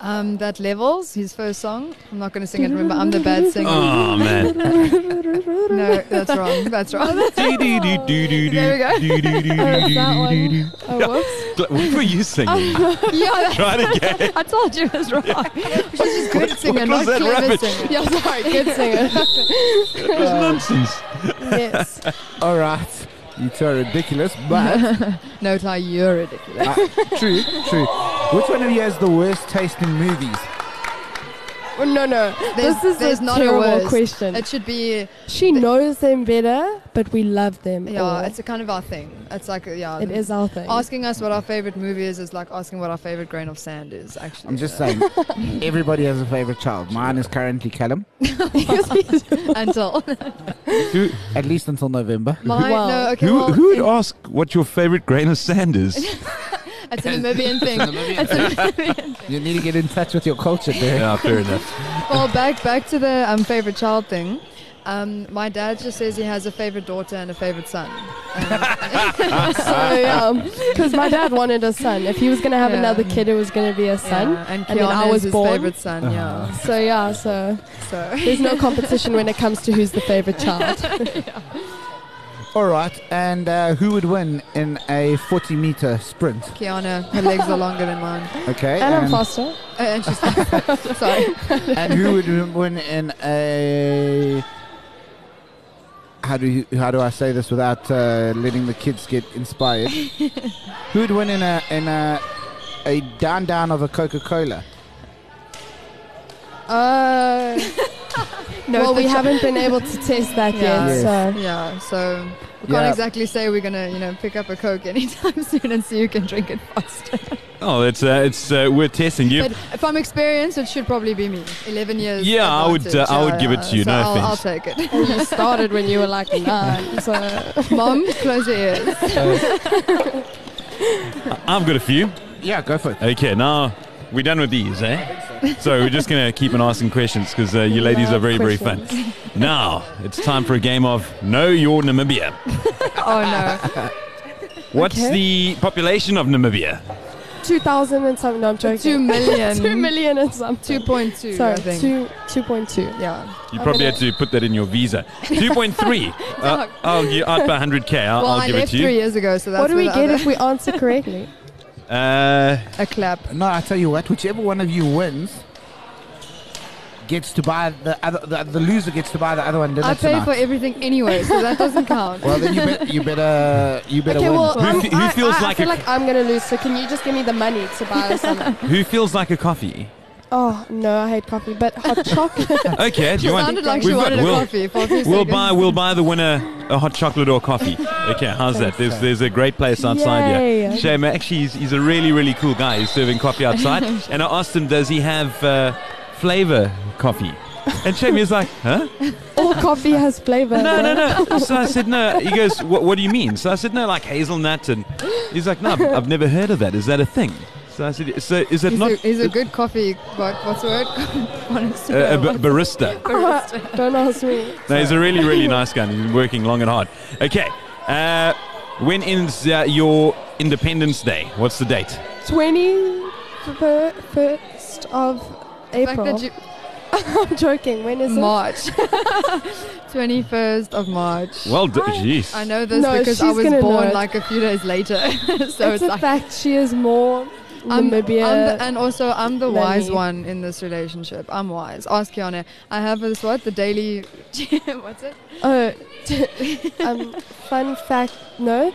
Um, that levels his first song. I'm not going to sing it. Remember, I'm the bad singer.
*laughs* Oh man!
No, that's wrong. That's wrong. *laughs* There
There
oh, whoops.
What were you singing?
yeah,
Try it again.
I told you it was wrong. She's good singer,
what
not
was that
clever
rabbit?
singer.
*laughs* Yeah, sorry. Good
*laughs*
singer.
It was nonsense.
yes.
All right. You two are ridiculous, but
No, Ty, you're
*laughs*
ridiculous.
uh, true, true. Which one of you has the worst taste in movies?
Oh, no, no.
There's-
this is
there's
a
not a
terrible
worst.
question.
It should be,
she knows them better, but we love them.
yeah,
all.
it's a kind of our thing. It's like, yeah,
it is our thing. *laughs*
Asking us what our favorite movie is is like asking what our favorite grain of sand is. Actually,
I'm just saying, everybody has a favorite child. Mine is currently Callum,
*laughs*
*laughs*
until *laughs*
Who,
at least until November.
mine.
Wow.
No, okay.
who,
well,
who would
it-
ask what your favorite grain of sand is?
*laughs* it's a Namibian thing.
*laughs*
You need to get in touch with your culture, there.
yeah, fair enough.
well, back back to the um, favorite child thing. Um, my dad just says he has a favorite daughter and a favorite son.
*laughs*
so yeah, because my dad wanted a son. If he was gonna have
Yeah.
another kid, it was gonna be a son.
Yeah, and
And then I
Keanu is
was
his
born. Uh-huh.
favorite son. Yeah,
So yeah, so
so.
there's no competition when it comes to who's the favorite child.
All right, and uh, who would win in a 40 meter sprint?
Kiana, her legs are longer than mine.
Okay,
and I'm faster.
Uh, and she's *laughs* sorry.
and who would win in a how do you, how do I say this without uh, letting the kids get
*laughs*
inspired? who would win in a in a a down down of a Coca Cola?
Uh,
*laughs* No,
well,
the
we
chi-
haven't been able to test that
Yeah.
yet.
Yes.
So
Yeah, so we
Yeah.
can't exactly say we're gonna, you know, pick up a Coke *laughs* anytime soon and see who can drink it faster.
Oh, it's uh, it's uh, we're testing you.
But from experience, it should probably be me. Eleven years.
Yeah, I would,
advantage.
uh, I would give it to you,
So
no
I'll, I'll
offense.
take it.
you started when you were
*laughs*
like nine. So
Mom, close your ears.
I've got a few.
Yeah, go for it.
Okay, now we're done with these, eh? So we're just gonna keep on asking questions because uh, you ladies are very very fun. Now it's time for a game of Know Your Namibia.
Oh no,
What's
Okay.
the population of Namibia?
two thousand and something. No, I'm joking.
two
*laughs*
million.
two million and
Two
something.
point two. I
Sorry,
think.
two two point two.
Yeah.
You
I'm
probably
gonna-
had to put that in your
*laughs*
visa. 2.3. uh, I'll, you out by 100k. I'll,
Well,
I'll
I
give it
left
to
three
you.
years ago, so that's
What do
where
we
the
get
other-
if we answer correctly?
Uh, Uh,
*laughs* A clap.
No, I tell you what. Whichever one of you wins gets to buy the other. The, the loser gets to buy the other one. dinner
I pay
tonight.
for everything anyway, so that doesn't count. *laughs*
Well, then you, bet you better you better
Okay,
win.
well,
Who
I'm,
fe- who
I,
feels
I, I
like
feel
a-
like I'm gonna lose. So can you just give me the money to buy us something?
Uh, who feels like a coffee?
*laughs* oh no, I hate coffee, but
*laughs*
hot chocolate.
Okay, do
she
you want?
sounded like
we've
she
got-
wanted a
we'll-
coffee for a few
We'll
seconds.
buy, we'll buy the winner a hot chocolate or coffee. Okay, how's that? There's, there's a great place outside here.
Yay.
Shame, eh? actually, he's, he's a really, really cool guy. He's serving coffee
*laughs*
outside. And I asked him, does he have uh, flavor coffee? And Shame is like, huh?
All coffee has flavor.
*laughs* No, no, no. So I said, no. He goes, what, what do you mean? So I said, no, like hazelnut. And he's like, no, I've- I've never heard of that. Is that a thing? So I said, so is it
He's,
not
a, he's a good coffee. What, what's the word? *laughs* Honest
uh, a
to
ba-
God.
barista?
no. *laughs* Don't ask me.
No, he's a really, really nice guy. and He's been working long and hard. Okay. Uh, when ends uh, your Independence Day? What's the date?
Twenty first of
The fact
April.
that you-
*laughs* I'm joking. When is it?
March. *laughs* 21st of March.
Well, d- jeez.
I know this
No,
because I
she's
was
gonna know
born
it.
like a few days later. *laughs* so
It's
it's
a
like.
fact. She is more
I'm,
Namibia.
I'm the, and also, I'm the
than
wise
me.
one in this relationship. I'm wise. Ask Kiana. I have this, what? The daily. *laughs* what's it?
Oh, *laughs* um, fun fact. No,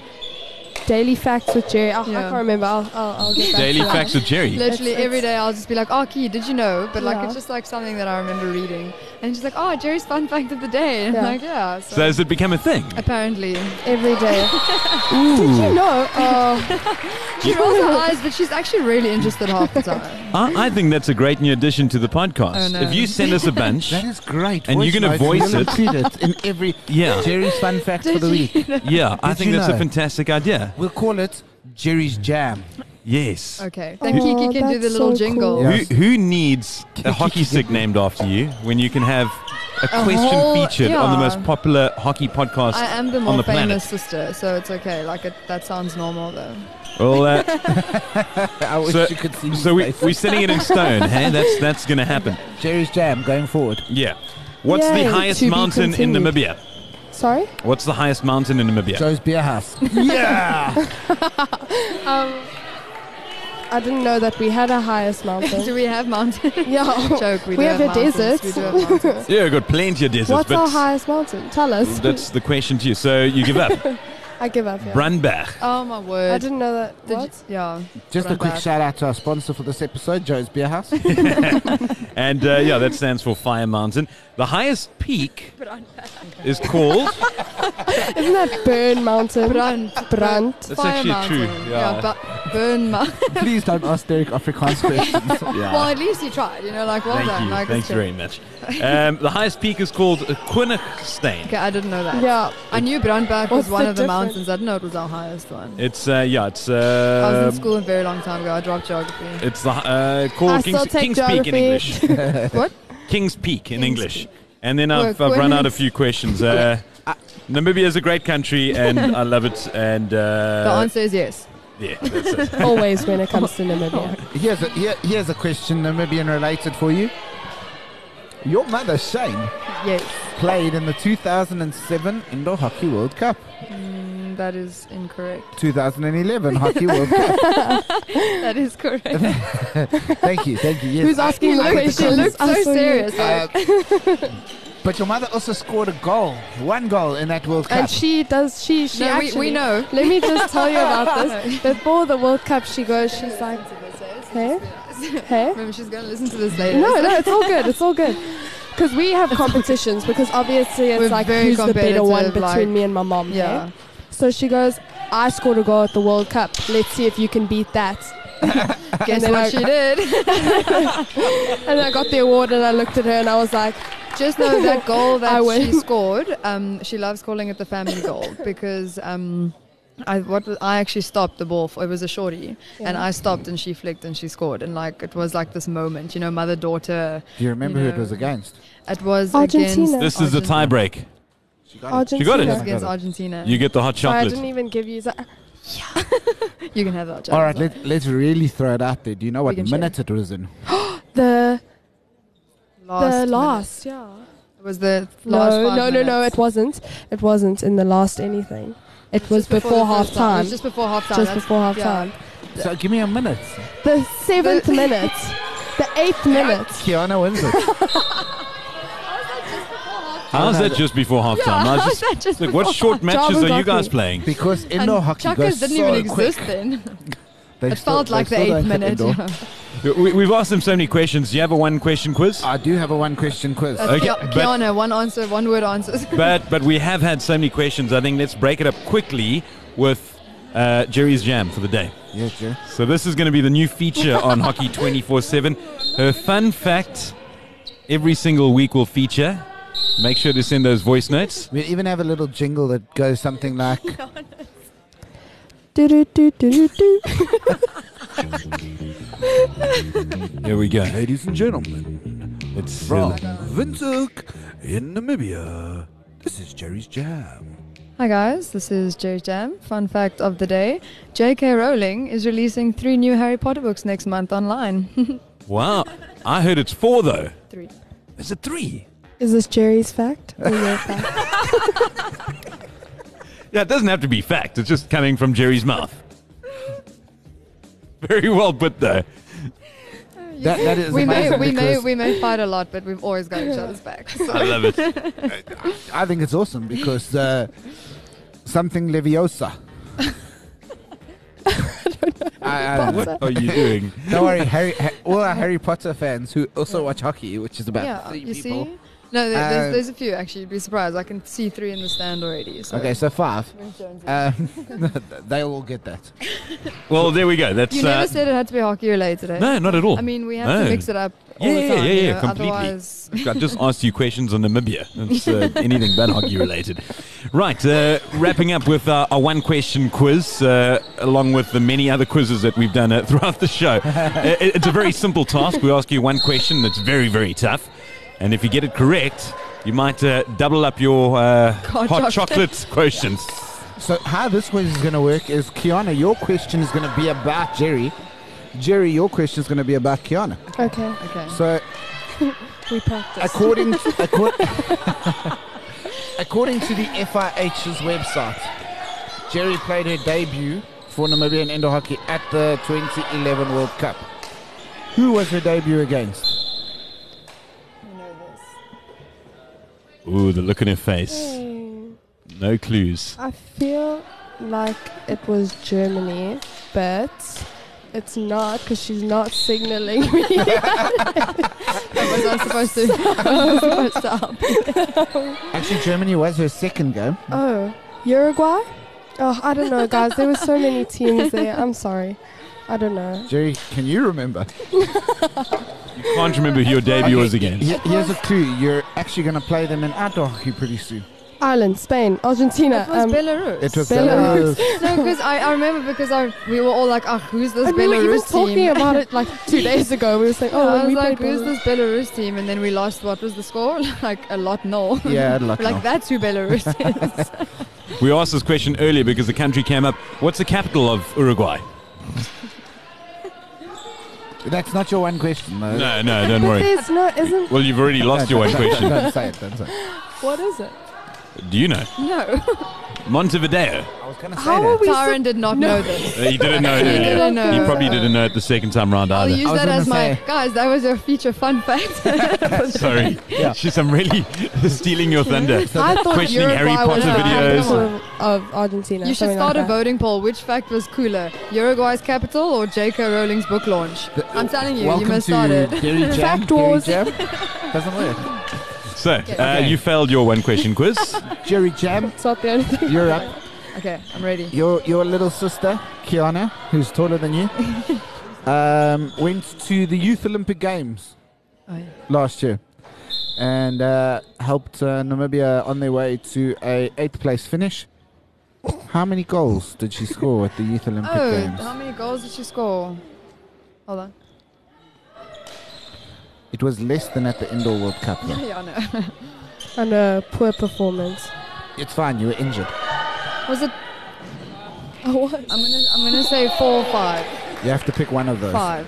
daily facts with Jerry. Oh, I
Yeah.
can't remember. I'll, I'll, I'll get back
Daily
to that.
facts with Jerry.
Literally
It's-
every
it's-
day I'll just be like, oh, Key, did you know? But like,
Yeah.
it's just like something that I remember reading. And she's like, oh, Jerry's fun fact of the day. *laughs* And I'm
Yeah.
like, yeah.
So has it become a thing?
apparently.
every *laughs* day.
Ooh.
no, oh,
She rolls her eyes, but she's actually really interested half the time.
I, I think that's a great new addition to the podcast.
Oh, no.
If you send us a
*laughs*
bunch,
*laughs* that is great.
And you're gonna
notes,
voice
we'll
it.
include it in every
*laughs* Yeah.
Jerry's fun fact for the week.
yeah, I
Did
think
you
that's a
know?
fantastic idea.
We'll call it Jerry's Jam.
Yes.
Okay.
Oh,
Then Kiki can do the
that's
little
so
jingle.
cool.
Yeah.
Who, who needs
*laughs*
a hockey stick named after you when you can have a question
whole-
featured on the
yeah.
most popular hockey podcast
I am the
on
more
the planet?
famous sister, so it's okay. Like it, that sounds normal though.
Well,
*laughs*
uh,
I wish
So-
you could see
So we,
his face.
we're setting it in stone, hey? That's that's going to happen.
Jerry's Jam going forward.
Yeah. What's
Yay,
the highest
to be
mountain in
continued.
Namibia?
sorry.
What's the highest mountain in Namibia?
Joe's Beer House. yeah.
I didn't know that we had a highest
do *laughs*
mountain.
we have mountains?
yeah.
Joke. We,
We
do
have a
mountains.
desert.
We do have mountains.
yeah, we've got plenty of deserts,
What's
but
our highest mountain? Tell us.
Mm, that's the question to you. So you give up.
*laughs* I give up. *laughs* Yeah.
Brandberg.
oh my word!
I didn't know that.
Did you-
what?
yeah.
Just
What
a quick
about-
shout out to our sponsor for this episode, Joe's Beer House. *laughs*
And uh, yeah, that stands for Fire Mountain. The highest peak is
*laughs*
called.
Isn't that
*laughs*
Burn Mountain?
Brand.
Brand.
That's
Fire
actually
mountain.
true.
Yeah.
Yeah.
but burn
*laughs*
mountain.
Please don't ask Derek
*laughs*
Afrikaans questions.
Yeah.
Well, at least you tried. You know, like well
Thank
done.
you.
Like,
Thanks
it's
very
good.
much. Um, the highest peak is called Quinnachstein.
Okay, I didn't know that.
Yeah.
I knew Brandberg
What's
was one
the
of the
difference?
mountains. I didn't know it was our highest one.
It's uh, yeah, it's
I
uh,
was in school a very long time ago. I dropped geography.
It's the, uh,
I
called
still
King's,
take
King's Peak in
geography.
English.
*laughs* What?
King's Peak in
King's
English. And then
Well,
I've, I've run out a
Gwyneth's-
few questions.
*laughs*
Uh, Namibia is a great country, and I love it. And
The
uh,
answer is yes.
yeah, that's it.
*laughs*
Always when it comes to
Oh,
Namibia.
here's, a, here, here's a question, Namibian related for you. Your mother, Shane,
Yes.
played in the 2007 Indoor Hockey World Cup,
Mm, that is
*laughs*
incorrect.
2011 Hockey World Cup.
That is correct.
Thank you, thank
*laughs*
you. Yes.
Who's asking the
I looked- she
questions?
looked
I'm
so
sorry.
serious.
Uh, but your mother also scored a goal, one goal in that
Oh,
World Cup.
And she does. She she
no, we,
actually.
we know.
Let me just tell you
*laughs*
about this. Before the World Cup, she goes. She's like, hey, hey.
Remember, she's going to listen to this later.
No, no, it's all good. It's all
*laughs*
good. Because we have competitions. Because obviously, it's
We're
like
very
who's the better one
competitive,
between
like-
me and my mom. hey?
Yeah.
So she goes, I scored a goal at the World Cup. Let's see if you can beat that.
Guess
then
what
I-
she
*laughs*
did?
And I got the award, and I looked at her, and I was like,
Just know that goal
I
that
win.
she scored, um, she loves calling it the
*laughs*
family goal because. Um, I what was- I actually stopped the ball. For, it was a shorty, and
Yeah.
I stopped, and she flicked, and she scored, and like it was like this moment, you know, mother daughter.
Do you remember
You
who it was
know.
against?
It was
Argentina.
against
This is a
Argentina.
tiebreak.
She
Oh,
got
Argentina.
got it.
It was
Yeah.
against Argentina.
You get the hot
Sorry, I
chocolate.
didn't even give you that.
You can have that.
All right,
Jonathan.
let, let's really throw it out there. Do you know what
can share.
minute it was in?
The the
minute.
last, yeah.
It was the last.
No,
five
no, no, no.
minutes.
It wasn't. It wasn't in the last anything. It was
Just the
before half
first half- it
time.
was Just before half time.
Just
that's-
before half
yeah.
time.
So give me a minute.
The seventh
*laughs*
minute, the eighth minute.
Kiana wins it.
How's
*laughs*
that just before halftime? I was just,
that just
look, what
before
short
half-
matches
Jarvis
are you
Hockey.
guys playing?
Because indoor hockey goes
Chuckers didn't
so
even
quick.
exist then.
They
It
still-
felt
they
like the
still don't have
eighth minute. *laughs*
indoor.
yeah.
We, we've asked them so many questions. Do you have a one question quiz?
I do have a one question quiz.
That's
Okay,
Ki-
but-
Kiana, one answer, one word answers.
But but we have had so many questions. I think let's break it up quickly with uh, Jerry's jam for the day.
Yeah, Jerry.
So this is going to be the new feature on Hockey 24/7. Her fun fact every single week will feature. Make sure to send those voice notes.
We even have a little jingle that goes something like
Do, do, do, do, do, do.
Here we go.
Ladies and gentlemen,
It's uh,
Vintuk in Namibia. This is Jerry's Jam.
*laughs* Hi guys, this is Jerry Jam. Fun fact of the day J.K. Rowling is releasing three new Harry Potter books next month online. *laughs*
wow. I heard it's four though.
three.
Is it three?
Is this Jerry's fact or
*laughs*
your fact?
Yeah, it doesn't have to be fact. It's just coming from Jerry's mouth. *laughs* Very well put though.
That, that is
We may,
amazing
we, may,
because
we may fight a lot, but we've always got each other's
*laughs*
back. So.
I
*laughs*
love it.
I think it's awesome because uh, something Leviosa. I, I don't know.
What are you doing?
Don't worry, Harry, ha- all our Harry Potter fans who also watch hockey, which is about
yeah,
three
you
people.
see? No, there,
Uh,
there's, there's a few actually. You'd be surprised. I can see three in the stand already. So.
Okay, so five.
Where's Jonesy?
Um, *laughs* they all get that.
Well, there we go. That's
You
uh,
never said it had to be hockey related. Eh?
no, not at all.
I mean, we have
No.
to mix it up all
Yeah,
the
yeah,
time.
yeah,
you
yeah,
know,
completely.
Otherwise,
I just asked you questions on Namibia. It's
*laughs*
uh, anything but hockey related. Right, uh, wrapping up with uh, a one question quiz, uh, along with the many other quizzes that we've done uh, throughout the
*laughs*
show. Uh, it- it's a very simple task. We ask you one question that's very, very tough. And if you get it correct, you might uh, double up your uh,
Hot
hot
chocolate. *laughs*
chocolate quotient.
So how this quiz is going to work is Kiana, your question is going to be about Jerry. Jerry, your question is going to be about Kiana.
Okay,
okay.
So
we practice.
according to, acco- *laughs* according to the FIH's website, Jerry played her debut for Namibian indoor hockey at the 2011 World Cup. Who was her debut against?
Ooh, the look on her face.
Dang.
No clues.
I feel like it was Germany, but it's not because she's not signaling me.
*laughs*
was I supposed to? *laughs* was I supposed to help?
Actually, Germany was her second game.
oh, Uruguay? Oh, I don't know, guys. There were so
*laughs*
many teams there. I'm sorry. I don't know.
Jerry, can you remember?
You can't remember
*laughs*
who your debut
Okay,
was against.
Here- Here's a clue. You're actually going to play them in outdoor hockey pretty soon.
Ireland, Spain,
It
Argentina.
was
um,
Belarus.
It was
Belarus.
Belarus.
no, because I, I remember because I we were all like, oh, who's this
and we were
Belarus
even
team?
talking about it
*laughs*
like two days ago. We were saying,
Yeah,
oh,
I
we
was like,
played
who's
Belarus.
this Belarus team? And then we lost. What was the score? *laughs* like a lot, no.
Yeah,
*laughs*
I'd like,
like
that.
that's who
*laughs*
Belarus is.
We asked this question earlier because the country came up. What's the capital of Uruguay?
That's not your one question, though.
No, no, don't
But
worry.
there's no, isn't,
Well, you've already lost your one
Don't- *laughs*
question.
Don't say it. Don't say it.
what is it?
Do you know?
*laughs* no,
Montevideo.
I was going to say
How are
that.
we
Tyron did not
No.
know this.
Uh, He didn't know
*laughs*
it
He
earlier.
didn't know.
He probably didn't know it the second time round *laughs*
I'll
either.
use
I was
that
gonna
as my
say-
guys. That was your feature fun fact.
Sorry. *laughs*
Yeah.
She's, I'm really stealing your thunder.
I thought
Questioning Harry
Uruguay was
Potter
the
videos.
capital of of Argentina.
You should
something like
start a
that.
voting poll. Which fact was cooler, Uruguay's capital or J.K. Rowling's book launch?
The-
I'm telling you,
Welcome
you must
to
start it. *laughs*
Dairy Jam.
Fact
Dairy
wars.
Jam. Doesn't work.
So, uh,
Okay.
you failed your one question
*laughs*
quiz.
Jerry Jam,
It's not the only thing.
you're up.
Okay, I'm ready.
Your your little sister Kiana, who's taller than you, um, went to the Youth Olympic Games
Oh,
last year and uh, helped uh, Namibia on their way to a eighth place finish. How many goals did she score at the Youth Olympic
Oh,
Games?
how many goals did she score? Hold on. *laughs*
It was less than at the Indoor World Cup. though.
Yeah, I know. *laughs*
And a poor performance.
It's fine. You were injured.
Was it?
Oh, what?
I'm gonna, I'm gonna say four, five,
You have to pick one of those.
five.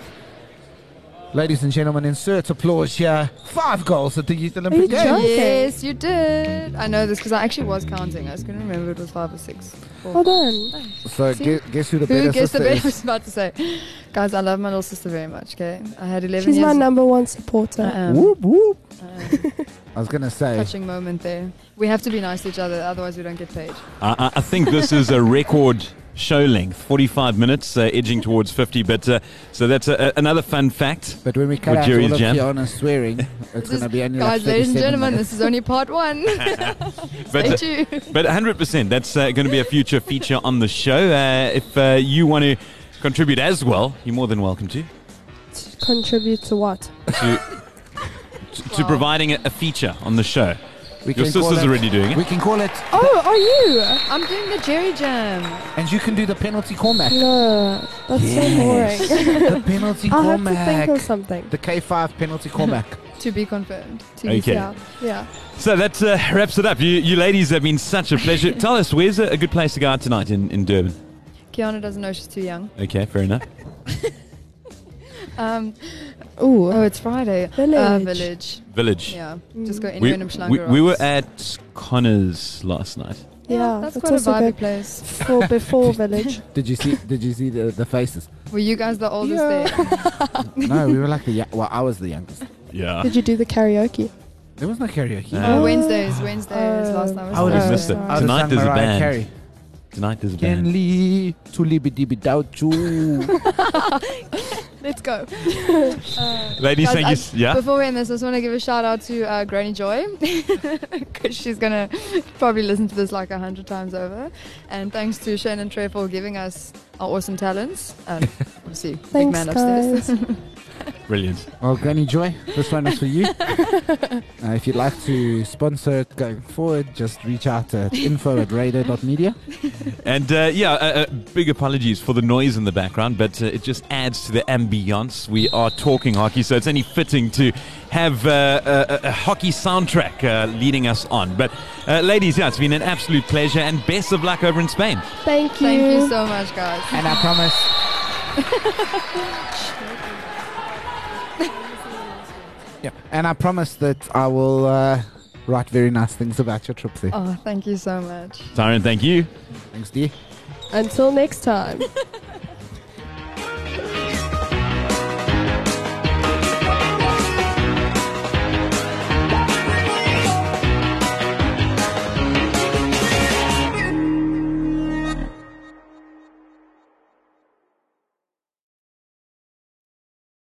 Ladies and gentlemen, insert applause here. Five goals at the Youth Olympic
you
Games.
joking? Okay.
Yes, you did. I know this because I actually was counting. I just couldn't remember if it was five or six. Four.
Well done.
So
See?
guess, guess who the
Who
better
gets
sister
the best? *laughs* I
is?
was about to say, guys, I love my little sister very much. Okay, I had 11
She's
years.
my number one
I
supporter.
am.
Whoop whoop.
I am.
I was gonna say.
touching moment there. We have to be nice to each other, otherwise we don't get paid.
I, I- I think this is a record show length 45 minutes, uh, edging towards 50. But uh, so that's a, a, another fun fact.
But when we cut
With
out
Jerry's
all of
jam.
Fiona's swearing, it's
This is-
gonna be only
Guys,
like
ladies and
37
gentlemen,
minutes.
this is only part one. Stay
But, uh,
tuned.
but 100%, that's uh, going to be a future feature on the show. Uh, if uh, you want to contribute as well, you're more than welcome to.
To Contribute to what?
To, to, to
Wow.
providing a, a feature on the show.
We
Your
can call
sister's
it-
already doing
We
it.
can call it,
Oh, are you?
I'm doing the Jerry Jam.
and you can do the penalty corner.
No, that's so boring. *laughs*
the penalty
I'll have to think of
corner.
something.
The K5 penalty corner.
To be confirmed. To be
Okay.
confirmed.
Yeah, yeah.
So that uh, wraps it up. You, you ladies have been such a
*laughs*
pleasure. Tell us, where's a, a good place to go out tonight in, in Durban?
Kiana doesn't know she's too young.
Okay, fair enough.
Um,
Ooh,
oh, it's Friday. Uh,
Village.
village.
Village.
Yeah. Just go
We,
anywhere in Umhlanga
we, we
Rocks.
were at Connor's last night.
yeah.
that's
it's
quite a
also
vibey
good
place.
*laughs*
for before village.
Did you see? Did you see the, the faces?
Were you guys the oldest
Yeah.
there?
*laughs*
No, we were like the yo- well, I was the youngest.
Yeah.
Did you do the karaoke?
There was no karaoke.
No.
Oh,
Oh.
Wednesdays. Wednesdays.
Oh.
last night was
I would
have
Thursday.
missed it.
I would've
Tonight
sung
there's a
Mariah
band.
Carey.
Tonight there's a band.
Can lead to libby without you.
Let's go.
Ladies,
Guys,
thank you.
I-
s- Yeah.
Before we end this, I just want to give a shout out to uh, Granny Joy *laughs* because she's gonna probably listen to this like a hundred times over. And thanks to Shane and Trey for giving us our awesome talents. And obviously, big
Oh, Thanks,
man *laughs* upstairs.
guys.
Brilliant.
Well, Granny Joy, this one is for *laughs* you. Uh, if you'd like to sponsor it going forward, just reach out at info at radar.media.
And uh, yeah, uh, uh, big apologies for the noise in the background, but uh, it just adds to the ambiance. We are talking hockey, so it's only fitting to have uh, a, a, a hockey soundtrack uh, leading us on. But uh, ladies, yeah, it's been an absolute pleasure, and best of luck over in Spain.
Thank you.
Thank you so much, guys.
And I promise. *laughs* yeah, and I promise that I will uh, write very nice things about your trip there.
Oh, thank you so much.
Tyron, thank you.
Thanks, dear.
Until next time.